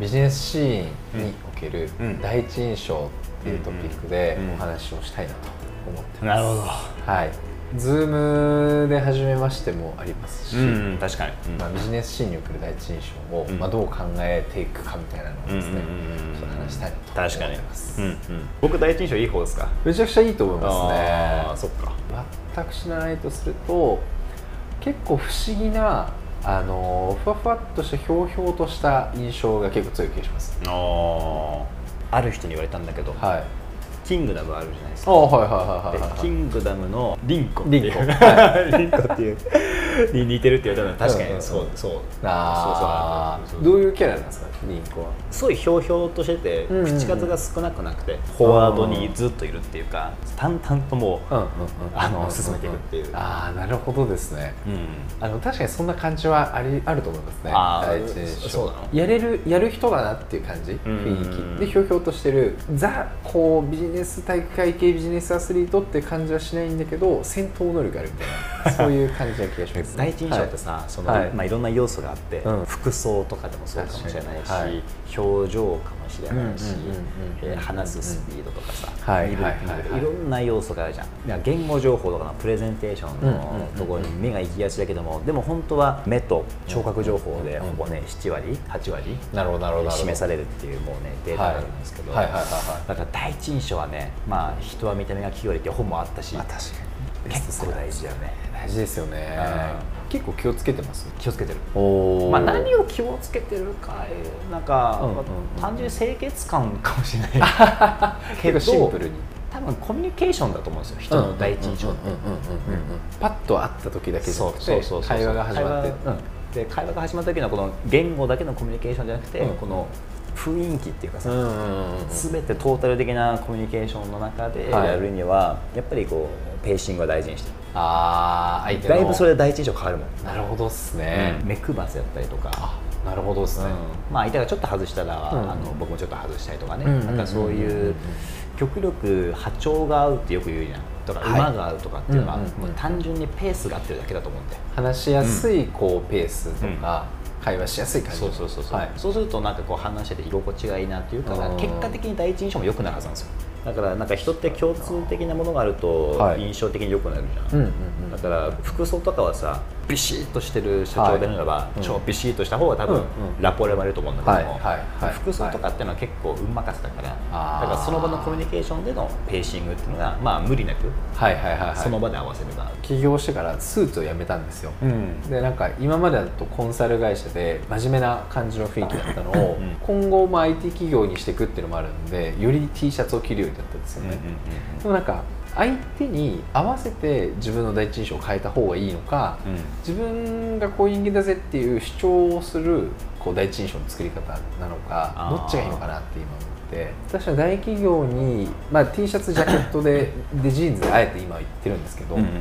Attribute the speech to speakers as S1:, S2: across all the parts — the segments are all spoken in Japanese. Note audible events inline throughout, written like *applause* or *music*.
S1: ビジネスシーンにおける
S2: うん
S1: 第一印象っていうトピックで
S2: うんうん
S1: お話をしたいなと思ってます、
S2: なるほど
S1: はい Zoom で始めましてもありますし、
S2: うん、うん、確かに、うん
S1: まあ、ビジネスシーンにおける第一印象を、
S2: うん
S1: まあ、どう考えていくかみたいなのをですね、
S2: うんうんうん
S1: ちょっと話したいなと思
S2: 確かに
S1: ってます、
S2: うんうん、僕第一印象いい方ですか
S1: めちゃくちゃいいと思い
S2: あー
S1: ます
S2: そ
S1: ね
S2: っか
S1: 私のないとすると結構不思議なあのふわふわっとしたひょうひょうとした印象が結構強い気がします
S2: あある人に言われたんだけど、
S1: はい
S2: キングダムあるじゃないです
S1: あ
S2: か
S1: はいはいはいはい
S2: で
S1: はい
S2: キングダムのリンコっていう
S1: リンコ
S2: リンコっていうに似てるって言われたの確
S1: うん
S2: か
S1: うんう
S2: に
S1: ん
S2: そうそう
S1: あ
S2: そうそう
S1: ーどういうキャラなんですかリンコは
S2: すごいひょうひょうとしてて、
S1: うんうんうん
S2: 口数が少なくなくてフォワードにずっといるっていうか淡々ともう、あの進めていくっていう
S1: ああなるほどですね
S2: うん
S1: あの確かにそんな感じはありあると思いますね
S2: あー
S1: 第一印象
S2: そうなの
S1: やれるやる人だなっていう感じ
S2: んうんうん
S1: 雰囲気でひょうひょうとしてるザこうビジネス体育会系ビジネスアスリートって感じはしないんだけど戦闘能力あるみた
S2: *laughs*
S1: いなそういう感じな気がします
S2: 第一印象ってさ、いその
S1: はい
S2: まあ、いろんな要素があって、
S1: うん
S2: 服装とかでもそうかもしれない
S1: 確
S2: し、
S1: かにはい
S2: 表情かもしれないし
S1: うんうんうんうん
S2: えー話すスピードとかさ、
S1: はい
S2: 見る
S1: はいはいはい
S2: いろんな要素があるじゃんいや言語情報とかのプレゼンテーション
S1: うんうんうん
S2: の
S1: うん
S2: ところに目が行きがちだけどもでも本当は目と聴覚情報で
S1: うんうんうん
S2: ほぼね7割8割
S1: なるほどなるほどなるほど
S2: 示されるっていうもうねデータがあるんですけど、
S1: はいはいはいはいはい
S2: だから第一印象はね、まあ、人は見た目が器用でっていう本もあったし、
S1: まあ確かに
S2: 結構大事だよね
S1: 大事ですよね
S2: う
S1: 結構気をつけてます
S2: 気をつけてる
S1: お
S2: まあ、何
S1: を
S2: を気をつけてるかえーなんか、
S1: うんうんうん
S2: 単純に清潔感かもし
S1: *laughs*
S2: れないけ
S1: 結構
S2: ど
S1: シンプルに
S2: 多分コミュニケーションだと思うんですよ人の第一印象って
S1: パッと会った時だけじゃ
S2: そ
S1: な
S2: う
S1: く
S2: そう
S1: て
S2: そうそう
S1: 会話が始まって
S2: 会話うんで会話が始まった時のこの言語だけのコミュニケーションじゃなくて、
S1: うん
S2: この雰囲気っていうかさ、
S1: うんうんうん
S2: 全てトータル的なコミュニケーションの中で
S1: はい
S2: やるには、やっぱりこうペーシングを大事にしてる
S1: ああ相手の
S2: だいぶそれで第一印象変わるもん、
S1: なるほどっすね、
S2: うん目配せだったりとか
S1: あなるほどっすね、
S2: まあ、相手がちょっと外したら、
S1: うん
S2: あの僕もちょっと外したりとかね、
S1: うんうんうんうん
S2: なんかそういう極力波長が合うってよく言うじゃんとか、
S1: はい
S2: 馬が合うとかっていうのは、
S1: うんうんうん
S2: もう単純にペースが合ってるだけだと思うんで。
S1: 話しやすいこうペースとか、会話しやすい感じ
S2: そうそうそうそう、
S1: はい、
S2: そうするとなんかこう話してて居心地がいいなっていうか
S1: うん
S2: 結果的に第一印象も良くなるはずなんですよだからなんか人って共通的なものがあると
S1: はい
S2: 印象的に良くなるじ
S1: う
S2: ゃ
S1: ん
S2: ん、
S1: うんうん
S2: だから服装とかはさビシッとしてる社長であるならば、
S1: はいうん
S2: 超ビシッとした方が多分、
S1: うんうん
S2: ラポレバれると思うんだけども、
S1: はいはいはい
S2: 服装とかっていうのは結構運任せだから、
S1: あー
S2: だからその場のコミュニケーションでのペーシングっていうのがまあ無理なく
S1: はいはいはいはい
S2: その場で合わせれば、
S1: 起業してからスーツを辞めたんですよ、でなんか今までだとコンサル会社で真面目な感じの雰囲気だったのを、
S2: うん
S1: 今後まあ IT 企業にしていくっていうのもあるんでより T シャツを着るようになったんですよね、でもなんか相手に合わせて自分の第一印象を変えた方がいいのか、
S2: うん
S1: 自分がこういう人間だぜっていう主張をするこう第一印象の作り方なのか
S2: あ
S1: ど
S2: ー
S1: っちがいいのかなって今思って私は大企業に、まあ、T シャツジャケット
S2: *laughs*
S1: ででジーンズであえて今言ってるんですけど、
S2: うんうんうん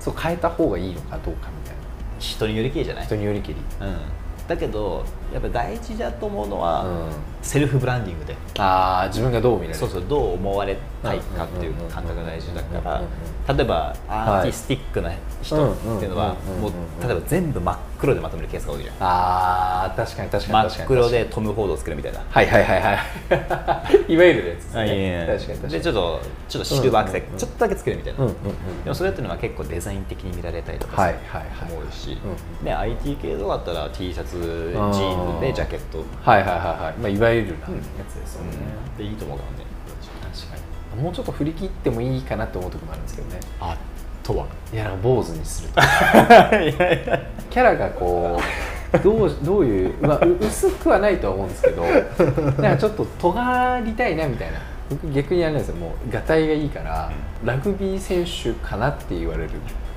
S1: そう変えた方がいいのかどうかみたいな
S2: 人によりきりじゃない
S1: 人によりきり、
S2: うん、だけどやっぱ大事だと思うの
S1: う
S2: は、
S1: ん、
S2: セルフブランディングで
S1: あー自分がどう見られる
S2: そうそうどう思われたいかっていう感覚が大事だか
S1: うんうん
S2: ら例えばアーティスティックな人っていうのは
S1: うんうんうん
S2: もう例えば全部真っ黒でまとめるケースが多いじゃん
S1: あー確かに確かに確かに
S2: 真っ黒でトム・フォードを作るみたいな。
S1: はいはいはいはいい *laughs* わゆるやつですね、確かに確かに
S2: でちょっとちょっとシルバーアクセ
S1: うんうんうん
S2: ちょっとだけ作るみたいな、
S1: うんうんうん
S2: でもそれっていうのは結構デザイン的に見られたりとかさ、
S1: はいはいはい
S2: 思うし、
S1: う
S2: で IT 系とかだったら T シャツジ
S1: あー
S2: ーンズでジャケット
S1: はいはいはいはい、まあ、いわゆるなやつですよね、
S2: でいいと思うからね確かに
S1: もうちょっと振り切ってもいいかなって思う時もあるんですけどね
S2: あと
S1: *laughs*
S2: はい
S1: やなんか坊主にするとか *laughs* キャラがこうどうどういう、まあ、う薄くはないとは思うんですけどなんかちょっと尖りたいなみたいな僕逆にあれなんですよもうがたいがいいからラグビー選手かなって言われる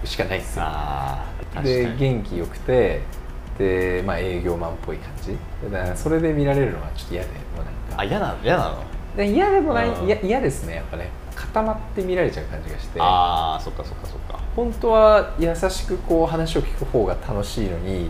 S1: しかないですよ
S2: ああ
S1: で元気よくてで、まあ、営業マンっぽい感じだからそれで見られるのはちょっと嫌でもうなんか
S2: あ嫌なの嫌なの
S1: で嫌でもない
S2: うん
S1: いや嫌ですねやっぱね固まって見られちゃう感じがして
S2: ああそっかそっかそっか
S1: 本当は優しくこう話を聞く方が楽しいのに、
S2: ん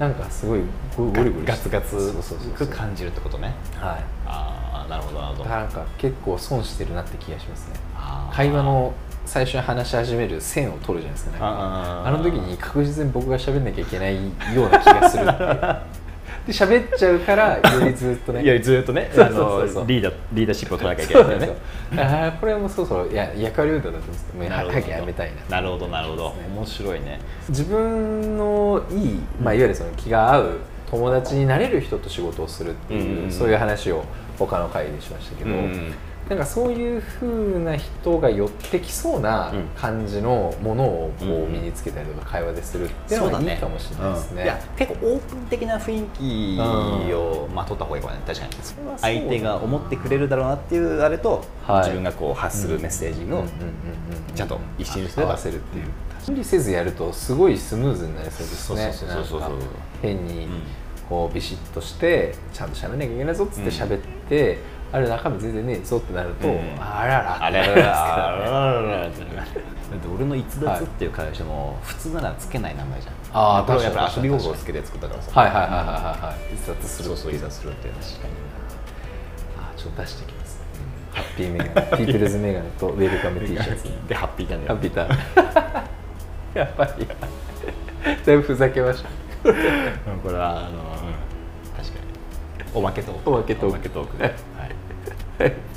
S1: なんかすごいゴゴリゴリ
S2: ガツガツ
S1: そうそうそうそう
S2: く感じるってことね
S1: はい
S2: ああなるほどなる
S1: だ
S2: ほど
S1: からなんか結構損してるなって気がしますね
S2: あー
S1: 会話の最初に話し始める線を取るじゃないですかなんか
S2: あ
S1: あの時に確実に僕が喋んなきゃいけないような気がするっていう
S2: *laughs*
S1: で喋っちゃうからよりずっとね
S2: いやずっ *laughs* とねあ
S1: そうそうそう
S2: のリーダーリーダーシップを取らなきゃいけないんだよね
S1: ああこれはもうそろそろいや役割運動だと思うんですけどもう
S2: なるほど
S1: 早くやめたいな
S2: なるほどなるほど面白いね
S1: 自分のいい、まあ、いわゆるその気が合う友達になれる人と仕事をするっていう、
S2: うんうん
S1: そういう話を他の会でしましたけど、
S2: うん
S1: なんかそういう風な人が寄ってきそうな
S2: うん
S1: 感じのものをこ
S2: うんう
S1: うん身につけたりとか会話でするっていうのはいいかもしれないですね。
S2: いや結構オープン的な雰囲気を、まあ、取った方がいいかもね確かに
S1: それはそう
S2: 相手が思ってくれるだろうなっていうあれと、
S1: はい
S2: 自分がこう発するメッセージ
S1: うんう
S2: の
S1: んうんうん
S2: ちゃんと一心にして
S1: 合
S2: 出
S1: わ
S2: せ
S1: せ
S2: る
S1: る
S2: っ
S1: ってて
S2: い
S1: いうう、無理せずやるとすごいスムーズになりそうですね
S2: そうそうそうそう
S1: なんか
S2: そう
S1: 変にこうビシッとしてちゃんと喋らなきゃいけないぞっつって喋って、あれ中身全然ねえぞってなると、
S2: うん
S1: あらら
S2: あれあ
S1: って
S2: れ
S1: な
S2: あ
S1: り
S2: れ
S1: ますからね
S2: だって俺の逸脱っていう会社も普通ならつけない名前じゃん、
S1: あー
S2: これはやっ
S1: 確かに
S2: ぱ遊び心をつけて作ったからさ
S1: はいはいはいはいはい逸脱する
S2: そうそう逸脱するっていう確かに
S1: あちょっと出してきます、ハッピーメガネピープルズメガネとウェルカム T シ
S2: *laughs*
S1: ャツ
S2: でハッピーだね
S1: ハッピーターン *laughs* やばい *laughs* やだいぶふざけました
S2: うんこれはあの、うん確かにおまけトーク
S1: おまけトーク
S2: おまけトークで、はい